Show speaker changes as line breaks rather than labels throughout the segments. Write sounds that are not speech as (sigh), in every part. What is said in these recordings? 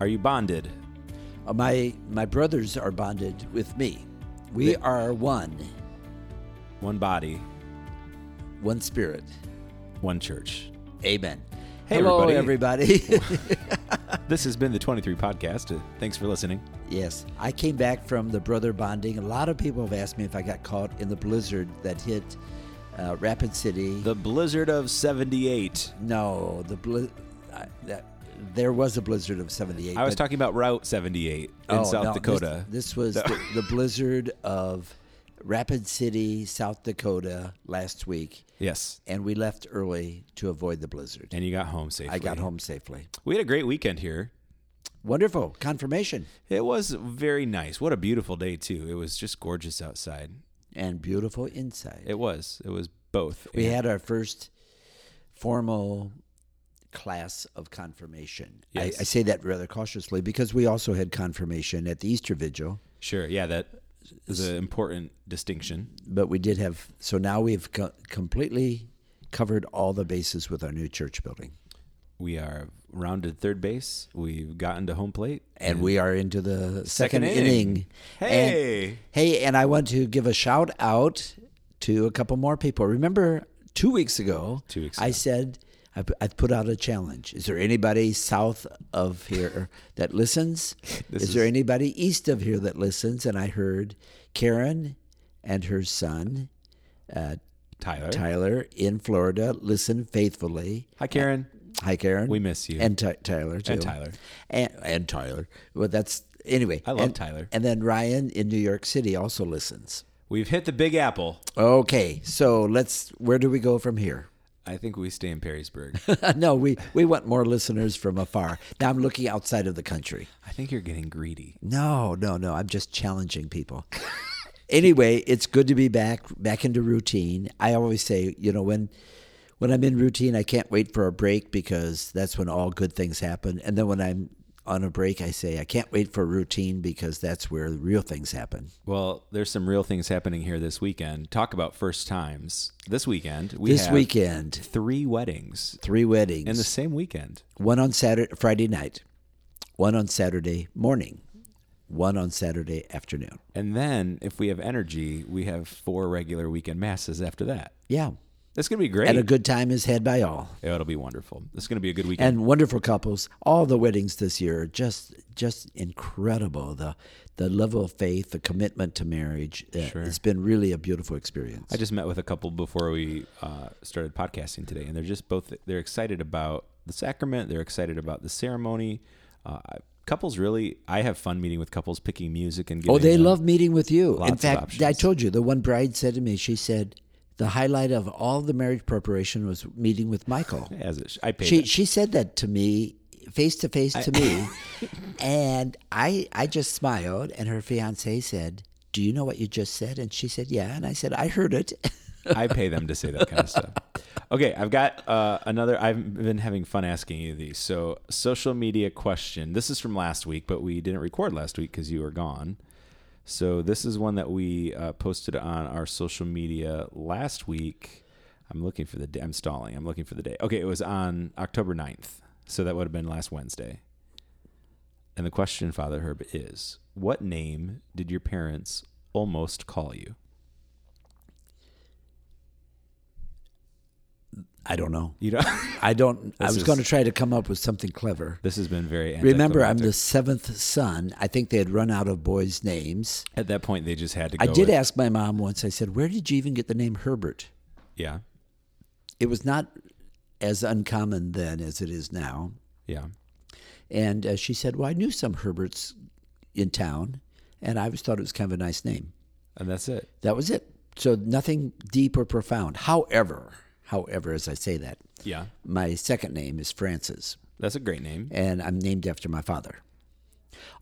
Are you bonded?
Uh, my my brothers are bonded with me. We
They-
are one,
One body,
one spirit.
one church. (laughs)
Amen.
Hey,
Hello,
everybody. (laughs)
everybody. (laughs)
This has been the 23 Podcast. Uh, Thanks for listening.
yes, I came back from the brother bonding. A lot of people have asked me if I got caught in the blizzard that hit uh, Rapid City.
The Blizzard of 78.
no, the blizz. I, that there was a blizzard of '78.
I was
but-
talking about Route 78 in
Oh,
South
no, this-
Dakota.
This, was the, the blizzard of Rapid City, South Dakota last week,
yes.
and we left early to avoid the blizzard.
And you got home safely.
I got home safely.
We had a great weekend here.
Wonderful confirmation
It was very nice. What a beautiful day, too. It was just gorgeous outside.
and beautiful insight.
It was. It was both.
we
And
had our first formal class of confirmation.
Yes.
I, I say that rather cautiously because we also had confirmation at the Easter Vigil,
Sure. Yeah, that is an important distinction.
but we did have. So now we've co- completely covered all the bases with our new church building.
We are rounded third base. We've gotten to home plate.
and we are into the
Second
second,
inning.
inning.
Hey.
And, hey, and I want to give a shout out to a couple more people. Remember, two weeks ago,
Two weeks
I said I, pu- I put out a challenge. Is there anybody south of here that listens?
This
is, there anybody east of here that listens? And I heard Karen and her son
Tyler.
Tyler in Florida listen faithfully.
Hi, Karen.
Hi, Karen.
We miss you.
And Ty- Tyler too.
And Tyler.
And, and Tyler. Well, that's anyway.
I love
and-
Tyler.
And then Ryan in New York City also listens.
We've hit the Big Apple.
Okay, so let's. Where do we go from here? (laughs)
I think we stay in Perrysburg.
no, we we want more listeners from afar. Now I'm looking outside of the country.
I think you're getting greedy.
No, no, no. I'm just challenging people. anyway, it's good to be back back into routine. I always say, you know, when when I'm in routine, I can't wait for a break because that's when all good things happen. And then when I'm on a break, I say I can't wait for routine because that's where real things happen.
Well, there's some real things happening here this weekend. Talk about first times. This weekend, we
This
have
weekend,
three weddings
three weddings.
in the same weekend.
one on Saturday Friday night, one on Saturday morning, one on Saturday afternoon.
And then, if we have energy, we have four regular weekend masses after that.
Yeah.
That's going to be great. Oh,
And a good time is had by all.
It'll be wonderful. It's going to be a good weekend.
and wonderful couples. All the weddings this year are just just incredible. The the level of faith, the commitment to marriage. uh, It's been really a beautiful experience.
I just met with a couple before we uh, started podcasting today, and they're just both they're excited about the sacrament. They're excited about the ceremony. Uh, I- couples really, I have fun meeting with couples, picking music and giving
oh, they
them-
love meeting with you.
lots
In
of
fact,
options.
I told you the one bride said to me, she said, the highlight of all the marriage preparation was meeting
(laughs)
with Michael.
as it. sh- I paid.
she
it.
she said that to me face to face to
(laughs)
me, and I I just smiled. And her fiance said, "Do you know what you just said?" And she said, "Yeah." And I said, "I heard it." (laughs)
I pay them to say that kind of stuff. Okay, I've got uh, another. I've been having fun asking you these. So, social media question. This is from last week, but we didn't record last week because you were gone. So, this is one that we uh, posted on our social media last week. I'm looking for the day. I'm stalling. I'm looking for the day. Okay, it was on October 9th. So, that would have been last Wednesday. And the question, Father Herb, is what name did your parents almost call you?
I don't know.
You know? (laughs)
I don't. I
This
was
is-
going to try to come up with something clever.
This has been very.
Remember, I'm
anticlimactic.
the seventh son. I think they had run out of boys' names.
At that point, they just had to. Go
I did
with-
ask my mom once. I said, "Where did you even get the name Herbert?"
Yeah,
It was not as uncommon then as it is now.
yeah.
And uh, she said, "Well, I knew some Herberts in town, and I always thought it was kind of a nice name."
And that's it.
That was it. So nothing deep or profound. However, however, as I say that,
Yeah,
my second name is Francis.
that's a great name.
and I'm named after my father.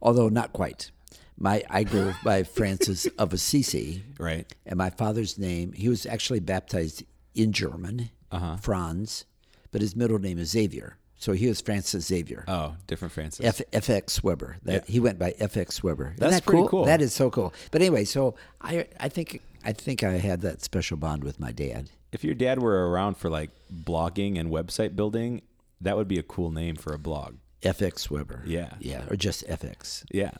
Although not quite. My I go
(laughs)
by Francis of Assisi,
Right.
and my father's name. He was actually baptized in German,
Uh-huh.
Franz, but his middle name is Xavier. So he was Francis Xavier.
Oh, different Francis.
F, FX Weber. That, He went by FX Weber. Isn't
That's
that
pretty
cool?
cool.
That is so cool. But anyway, so I I think I think I had that special bond with my dad.
if your dad were around for like blogging and website building, that would be a cool name for a blog.
FX Weber.
Yeah.
Yeah. Or just
(laughs)
FX.
Yeah.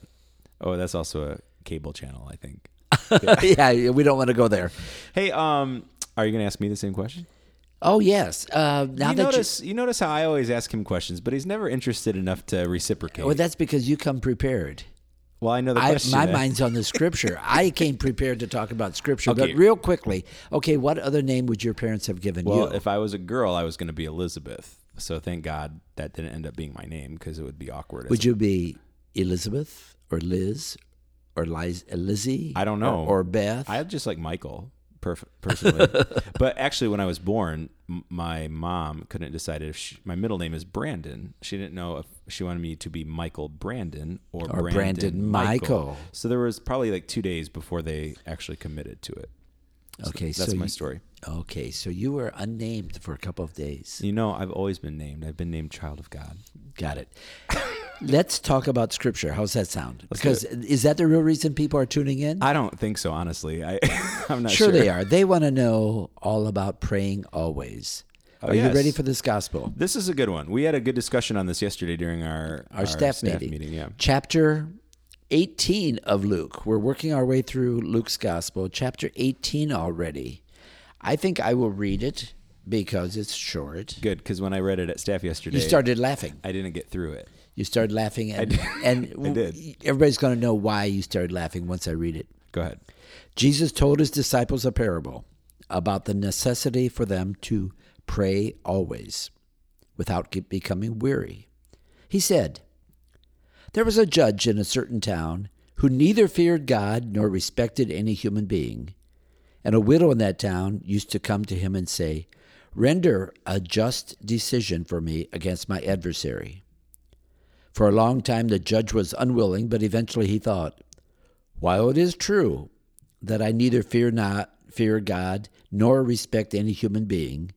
Oh, that's also a cable channel, I think.
(laughs) Yeah. we don't want to go there.
Hey, um, are you going to ask me the same question?
Oh, yes. Uh, now
you
that you,
notice, you notice how I always ask him questions, but he's never interested enough to reciprocate.
well, that's because you come prepared.
Well, I know the
I,
question.
my
eh?
mind's on the
(laughs)
scripture. I came prepared to talk about scripture,
Okay.
but real quickly, okay, what other name would your parents have given
Well,
you?
if I was a girl, I was going to be Elizabeth. So thank God that didn't end up being my name because it would be awkward. as
would you be Elizabeth or Liz or Liz, Lizzie?
I don't know.
Or, or Beth?
I just like Michael perf-
(laughs)
personally, but actually, when I was born, m- my mom couldn't decide if she, my middle name is Brandon. She didn't know if she wanted me to be Michael Brandon or,
Or
Brandon,
Brandon Michael.
So there was probably like two days before they actually committed to it.
okay,
That's
so
my
you-
story.
Okay, so you were unnamed for a couple of days.
You know, I've always been named. I've been named Child of God.
Got it. Let's talk about scripture. How's that sound?
Let's
because is that the real reason people are tuning in?
I don't think so, honestly. I, (laughs) I'm not sure.
sure, they are. They want to know all about praying always. are
Oh, yes.
you ready for this gospel?
This is a good one. We had a good discussion on this yesterday during our
Our, staff, meeting.
Yeah.
Chapter 18 of Luke. We're working our way through Luke's gospel, chapter 18 already. I think I will read it because it's short.
Good, because when I read it at staff yesterday,
You started laughing.
I didn't get through it.
You started laughing, and, and
(laughs) I did.
everybody's going to know why you started laughing once I read it.
Go ahead.
Jesus told his disciples a parable about the necessity for them to pray always without ge- becoming weary. He said, There was a judge in a certain town who neither feared God nor respected any human being. And a widow in that town used to come to him and say, Render a just decision for me against my adversary. For a long time the judge was unwilling, but eventually he thought, While it is true that I neither fear not fear God nor respect any human being,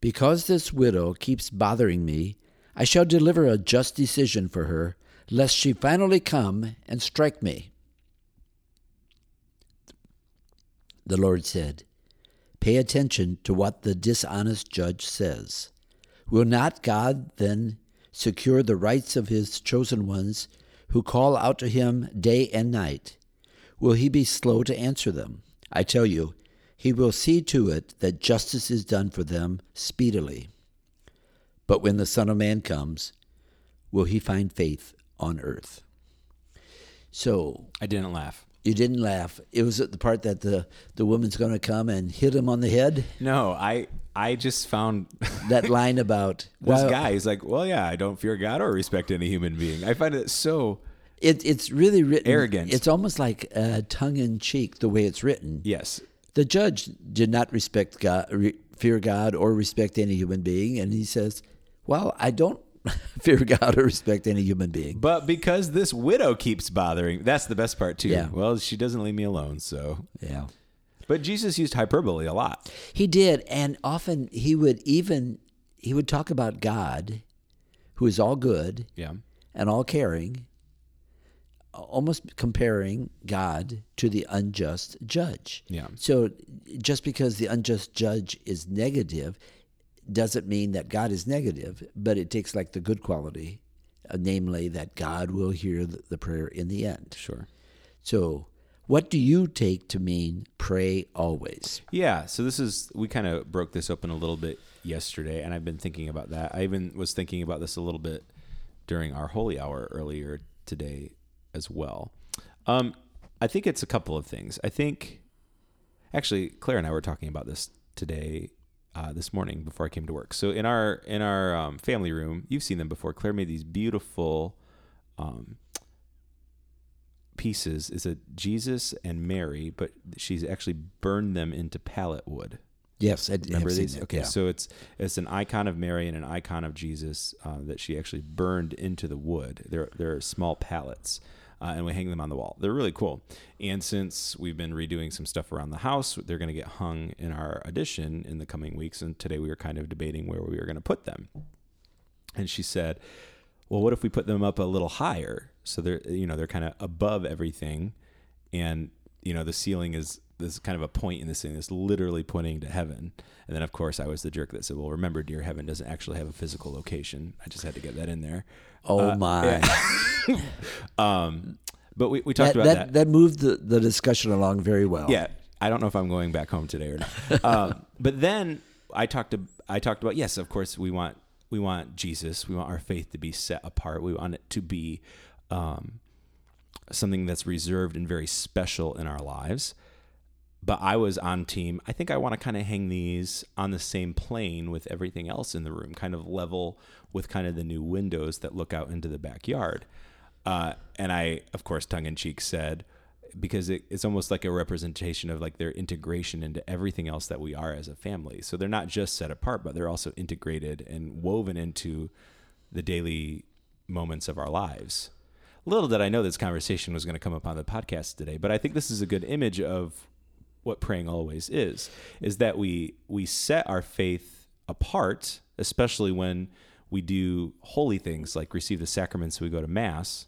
because this widow keeps bothering me, I shall deliver a just decision for her, lest she finally come and strike me. The Lord said, Pay attention to what the dishonest judge says. Will not God then secure the rights of his chosen ones who call out to him day and night? Will he be slow to answer them? I tell you, he will see to it that justice is done for them speedily. But when the Son of Man comes, will he find faith on earth? So
I didn't laugh.
you didn't laugh. It was at the part that the, the woman's going to come and hit him on the head.
No, I I just found (laughs) this
That
(laughs)
line about well,
guy. He's like, well, yeah, I don't fear God or respect any human being. I find it so
It, it's really written
Arrogant.
It's almost like uh, tongue in cheek the way it's written.
yes.
The judge did not respect God, re, fear God, or respect any human being, and he says, "Well, I don't (laughs) fear God or respect any human being."
But because this widow keeps bothering, that's the best part too.
Yeah.
Well, she doesn't leave me alone. So,
Yeah,
but Jesus used hyperbole a lot.
he did, and often he would even he would talk about God, who is all good
Yeah.
and all caring, almost comparing God to the unjust judge.
Yeah.
So just because the unjust judge is negative doesn't mean that God is negative, but it takes like the good quality, uh, namely that God will hear th- the prayer in the end.
Sure.
So what do you take to mean pray always?
Yeah, so this is we kind of broke this open a little bit yesterday, and I've been thinking about that. I even was thinking about this a little bit during our holy hour earlier today as well. Um, I think it's a couple of things. I think actually Claire and I were talking about this today, uh, this morning before I came to work. So in our in our um, family room, you've seen them before. Claire made these beautiful um, pieces is a Jesus and Mary, but she's actually burned them into pallet wood.
Yes, I
Remember these? okay,
Okay.
so it's it's an icon of Mary and an icon of Jesus uh, that she actually burned into the wood. They're they're small pallets, uh, and we hang them on the wall. They're really cool. And since we've been redoing some stuff around the house, they're going to get hung in our addition in the coming weeks. And today we were kind of debating where we were going to put them. And she said, "Well, what if we put them up a little higher? So they're you know they're kind of above everything, and you know, the ceiling is there's kind of a point in this thing that's literally pointing to heaven. And then, of course, I was the jerk that said, "Well, remember, dear, heaven doesn't actually have a physical location." I just had to get that in there.
Oh
uh,
my!
Um, but we, we
That,
talked
that,
about
that moved the, the discussion along very well.
yeah, I don't know if I'm going back home today or not. um, but then I talked to I talked about yes, of course we want we want Jesus, we want our faith to be set apart, we want it to be um, something that's reserved and very special in our lives. But I was on team. I think I want to kind of hang these on the same plane with everything else in the room, kind of level with kind of the new windows that look out into the backyard. Uh, and I, of course, tongue in cheek said, because it, it's almost like a representation of like their integration into everything else that we are as a family. So they're not just set apart, but they're also integrated and woven into the daily moments of our lives. Little did I know this conversation was going to come up on the podcast today, but I think this is a good image of what praying always is is that we we set our faith apart especially when we do holy things like receive the sacraments we go to mass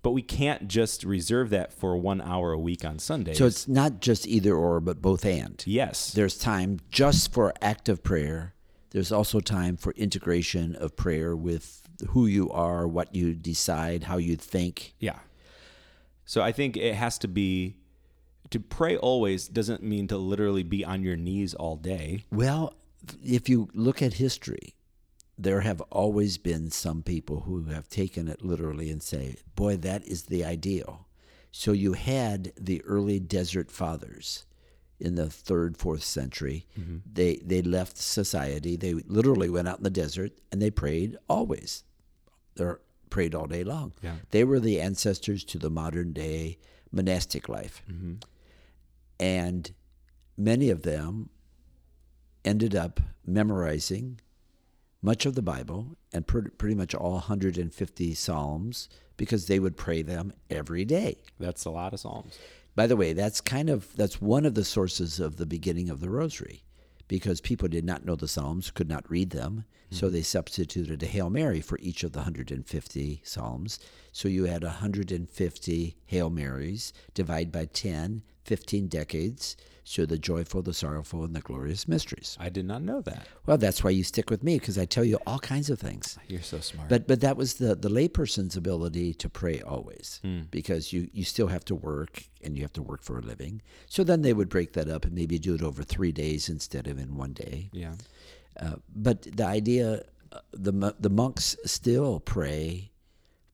but we can't just reserve that for one hour a week on sunday
So it's not just either or, but both and.
yes
There's time just for active prayer. There's also time for integration of prayer with who you are, what you decide, how you think.
Yeah. So I think it has to be to pray always doesn't mean to literally be on your knees all day.
Well, if you look at history, there have always been some people who have taken it literally and say, boy, that is the ideal. So you had the early desert fathers in the third, fourth century. They, they left society. They literally went out in the desert and they prayed always. They prayed all day long.
Yeah.
They were the ancestors to the modern day monastic life. And many of them ended up memorizing much of the Bible and pr- pretty much all 150 Psalms because they would pray them every day.
That's a lot of psalms.
By the way, that's kind of that's one of the sources of the beginning of the rosary because people did not know the Psalms, could not read them, so they substituted a Hail Mary for each of the 150 Psalms. So you had 150 Hail Marys divide by 10, 15 decades, so the joyful, the sorrowful and the glorious mysteries.
I did not know that.
Well, that's why you stick with me because I tell you all kinds of things.
You're so smart.
But but that was the the layperson's ability to pray always because you you still have to work and you have to work for a living. So then they would break that up and maybe do it over three days instead of in one day.
yeah.
Uh, but the idea, uh, the mo- the monks still pray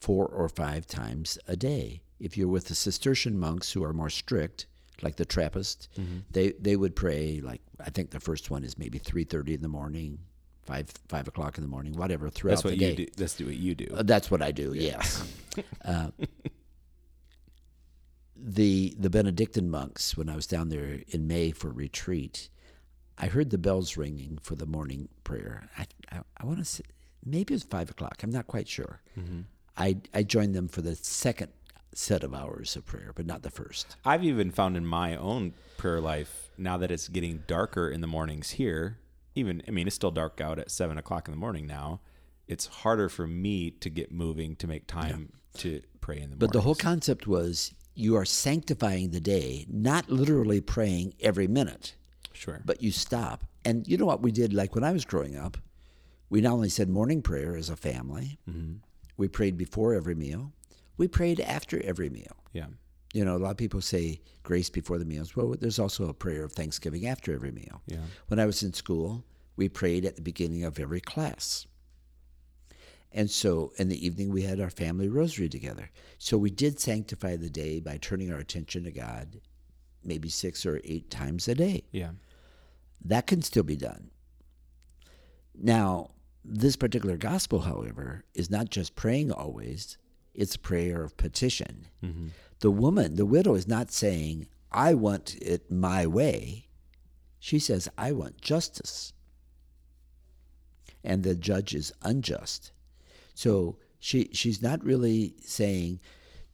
four or five times a day. If you're with the Cistercian monks who are more strict, like the Trappist,
Mm-hmm.
they they would pray like I think the first one is maybe three thirty in the morning, five five o'clock in the morning, whatever throughout
That's what
the
you
day.
do. That's what you do.
Uh, That's what I do. Yes. uh, the the Benedictine monks, when I was down there in May for retreat, I heard the bells ringing for the morning prayer. I I, I want to say maybe it was five o'clock. I'm not quite sure. I I joined them for the second set of hours of prayer, but not the first.
I've even found in my own prayer life now that it's getting darker in the mornings here. Even I mean, it's still dark out at seven o'clock in the morning now. It's harder for me to get moving to make time to pray in the morning.
But the whole concept was you are sanctifying the day, not literally praying every minute.
sure.
but you stop. And you know what we did? Like when I was growing up, we not only said morning prayer as a family, we prayed before every meal, we prayed after every meal.
yeah.
You know, a lot of people say grace before the meals. Well, there's also a prayer of thanksgiving after every meal.
Yeah.
When I was in school, we prayed at the beginning of every class. And so in the evening, we had our family rosary together. So we did sanctify the day by turning our attention to God maybe six or eight times a day.
Yeah.
That can still be done. Now, this particular gospel, however, is not just praying always, it's prayer of petition. The woman, the widow, is not saying, I want it my way. She says, I want justice. And the judge is unjust. So she she's not really saying,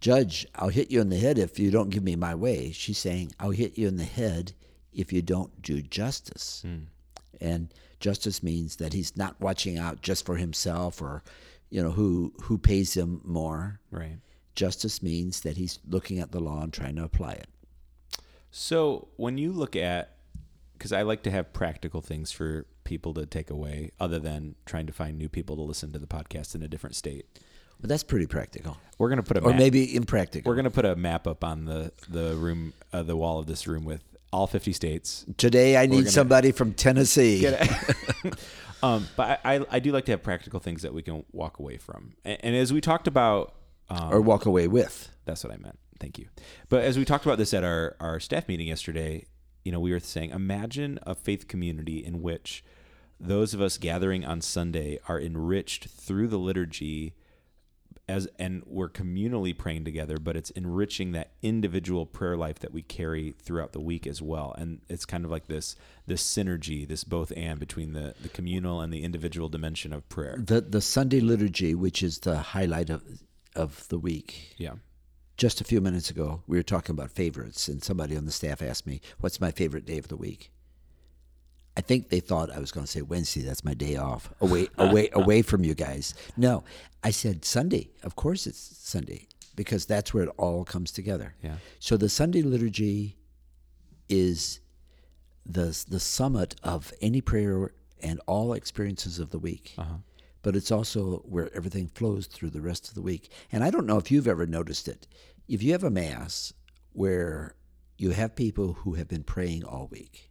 Judge, I'll hit you in the head if you don't give me my way. She's saying, I'll hit you in the head if you don't do justice.
Hmm.
And justice means that he's not watching out just for himself or, you know, who who pays him more.
Right.
Justice means that he's looking at the law and trying to apply it.
So when you look at, because I like to have practical things for people to take away, other than trying to find new people to listen to the podcast in a different state.
Well, that's pretty practical,
We're gonna put a
or
map.
maybe impractical.
we're gonna put a map up on the the room, uh, the wall of this room with all fifty states.
Today, I need
gonna-
somebody from Tennessee.
Um, but I, I I do like to have practical things that we can walk away from. And, and as we talked about, um,
or walk away with.
That's what I meant. Thank you. But as we talked about this at our, our staff meeting yesterday, you know, we were saying imagine a faith community in which those of us gathering on Sunday are enriched through the liturgy as and we're communally praying together, but it's enriching that individual prayer life that we carry throughout the week as well. And it's kind of like this this synergy, this both and between the, the communal and the individual dimension of prayer.
The the Sunday liturgy, which is the highlight of of the week.
Yeah.
Just a few minutes ago, we were talking about favorites, and somebody on the staff asked me, "What's my favorite day of the week?" I think they thought I was going to say Wednesday. That's my day off, away, away, away from you guys. No, I said Sunday. Of course, it's Sunday because that's where it all comes together.
Yeah.
So the Sunday liturgy is the the summit of any prayer and all experiences of the week.
Uh-huh.
But it's also where everything flows through the rest of the week. And I don't know if you've ever noticed it. If you have a mass where you have people who have been praying all week,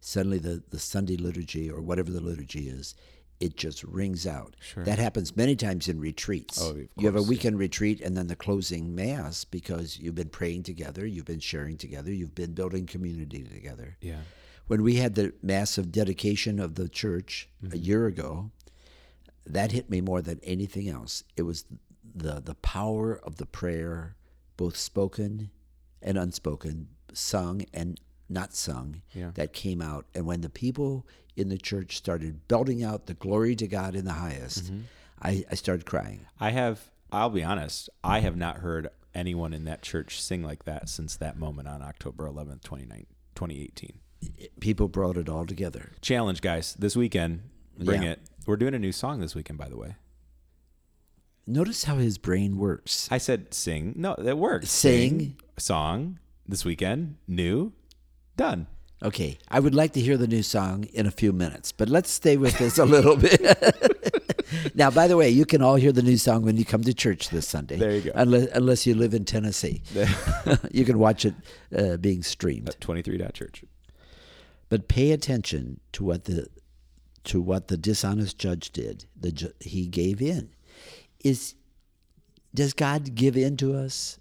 suddenly the, the Sunday liturgy or whatever the liturgy is, it just rings out. That happens many times in retreats.
Oh, of
you have a
course, yeah.
weekend retreat and then the closing mass because you've been praying together, you've been sharing together, you've been building community together.
Yeah.
When we had the massive dedication of the church a year ago, that hit me more than anything else. It was the the power of the prayer, both spoken and unspoken, sung and not sung,
Yeah.
that came out. And when the people in the church started belting out the glory to God in the highest, I, I started crying.
I have. I'll be honest. I have not heard anyone in that church sing like that since that moment on October 11th, 29 2018.
People brought it all together.
Challenge, guys. This weekend, bring
Yeah.
it. We're doing a new song this weekend, by the way.
Notice how his brain works.
I said sing. No, that works.
Sing.
song this weekend. New, done.
Okay, I would like to hear the new song in a few minutes, but let's stay with this a little bit. (laughs) now, by the way, you can all hear the new song when you come to church this Sunday.
There you go.
Unless, unless you live in Tennessee, (laughs) you can watch it uh, being streamed.
23.church.
But pay attention to what the to what the dishonest judge did. The ju- he gave in. Is does God give in to us?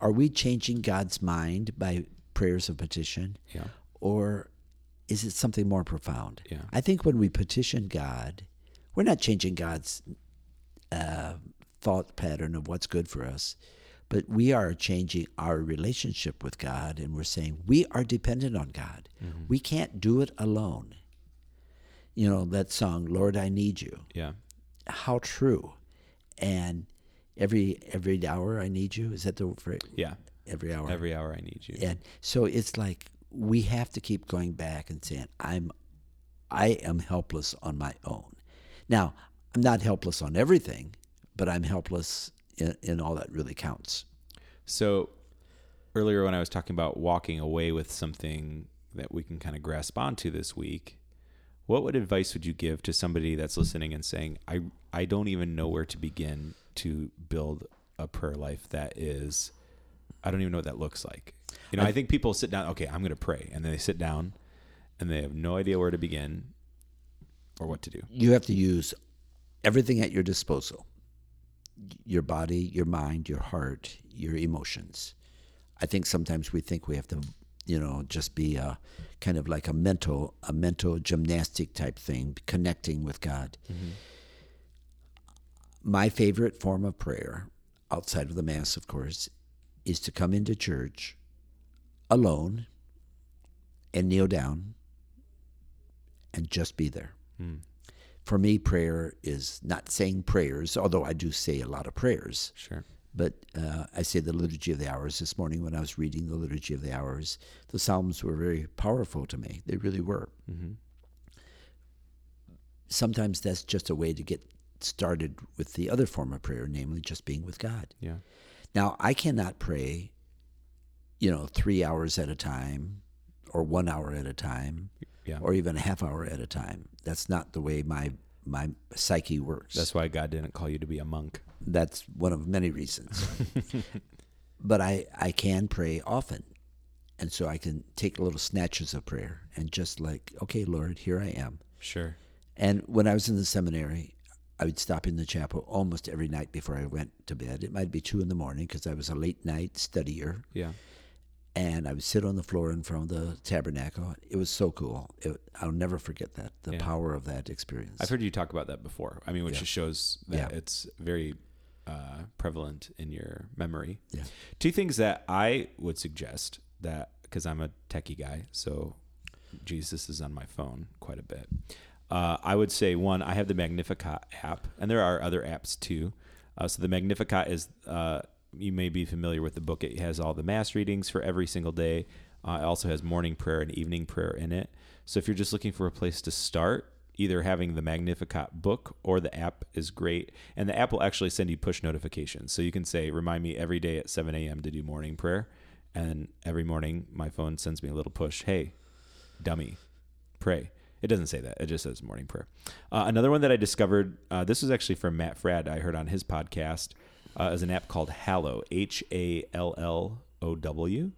Are we changing God's mind by prayers of petition?
Yeah.
or is it something more profound?
Yeah.
I think when we petition God, we're not changing God's uh, thought pattern of what's good for us, but we are changing our relationship with God, and we're saying we are dependent on God. We can't do it alone. You know that song, "Lord, I Need You."
Yeah.
How true! And every every hour, I need you. Is that the phrase?
Yeah.
Every hour.
Every hour I need you.
And so it's like we have to keep going back and saying, I'm I am helpless on my own. Now, I'm not helpless on everything, but I'm helpless in, in all that really counts.
So earlier when I was talking about walking away with something that we can kind of grasp onto this week, what would advice would you give to somebody that's listening and saying, I I don't even know where to begin to build a prayer life that is I don't even know what that looks like. You know, I, think people sit down, okay, I'm gonna pray, and then they sit down and they have no idea where to begin or what to do.
You have to use everything at your disposal. Your body, your mind, your heart, your emotions. I think sometimes we think we have to, you know, just be a kind of like a mental, a mental gymnastic type thing, connecting with God. my favorite form of prayer, outside of the Mass, of course, is to come into church alone and kneel down and just be there. For me, prayer is not saying prayers, although I do say a lot of prayers
Sure.
but uh, I say the Liturgy of the Hours this morning when I was reading the Liturgy of the Hours. The Psalms were very powerful to me. They really were.
Mm-hmm.
Sometimes that's just a way to get started with the other form of prayer, namely just being with God.
Yeah.
Now, I cannot pray you know, three hours at a time or one hour at a time
Yeah.
or even a half hour at a time. That's not the way my my psyche works.
That's why God didn't call you to be a monk.
That's one of
(laughs)
many reasons. but I, I can pray often. And so I can take little snatches of prayer and just like, okay, Lord, here I am.
Sure.
And when I was in the seminary, I would stop in the chapel almost every night before I went to bed. It might be two in the morning because I was a late night studier.
Yeah.
And I would sit on the floor in front of the tabernacle. It was so cool. It, I'll never forget that, the
Yeah.
power of that experience.
I've heard you talk about that before. I mean, which just shows that
Yeah.
it's very uh, prevalent in your memory.
Yeah.
Two things that I would suggest that because I'm a techie guy, so Jesus is on my phone quite a bit. Uh, I would say one, I have the Magnificat app, and there are other apps too. Uh, so the Magnificat is uh, you may be familiar with the book. It has all the mass readings for every single day. Uh, it also has morning prayer and evening prayer in it. So if you're just looking for a place to start, either having the Magnificat book or the app is great. And the app will actually send you push notifications. So you can say, remind me every day at 7 a.m. to do morning prayer. And every morning, my phone sends me a little push. Hey, dummy, pray. It doesn't say that. It just says morning prayer. Uh, another one that I discovered, uh, this was actually from Matt Frad. I heard on his podcast, uh, is an app called Hallow, H A L L O W.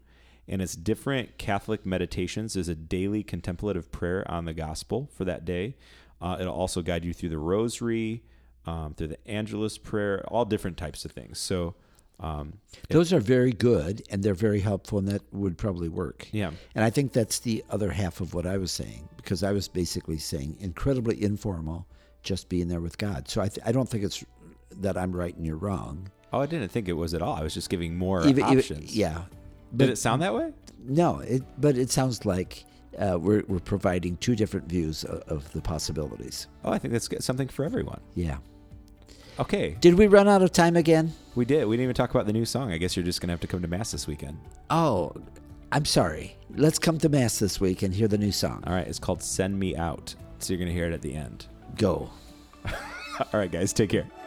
And it's different Catholic meditations is a daily contemplative prayer on the gospel for that day. Uh, it'll also guide you through the rosary, um, through the Angelus prayer, all different types of things. So, um,
Those are very good and they're very helpful, and that would probably work.
yeah,
And I think that's the other half of what I was saying, because I was basically saying incredibly informal, just being there with God. So I, th- I don't think it's that I'm right and you're wrong.
Oh, I didn't think it was at all. I was just giving more
Even- even-
options.
yeah.
Did it sound that way?
No, it, but it sounds like uh, we're, we're providing two different views of, of the possibilities.
Oh, I think that's good- something for everyone.
Yeah.
Okay,
Did we run out of time again?
we did. We didn't even talk about the new song. I guess you're just gonna have to come to mass this weekend.
Oh, I'm sorry. Let's come to Mass this week and hear the new song.
All right, it's called "Send Me Out," so you're gonna hear it at the end.
Go.
All right, guys, take care.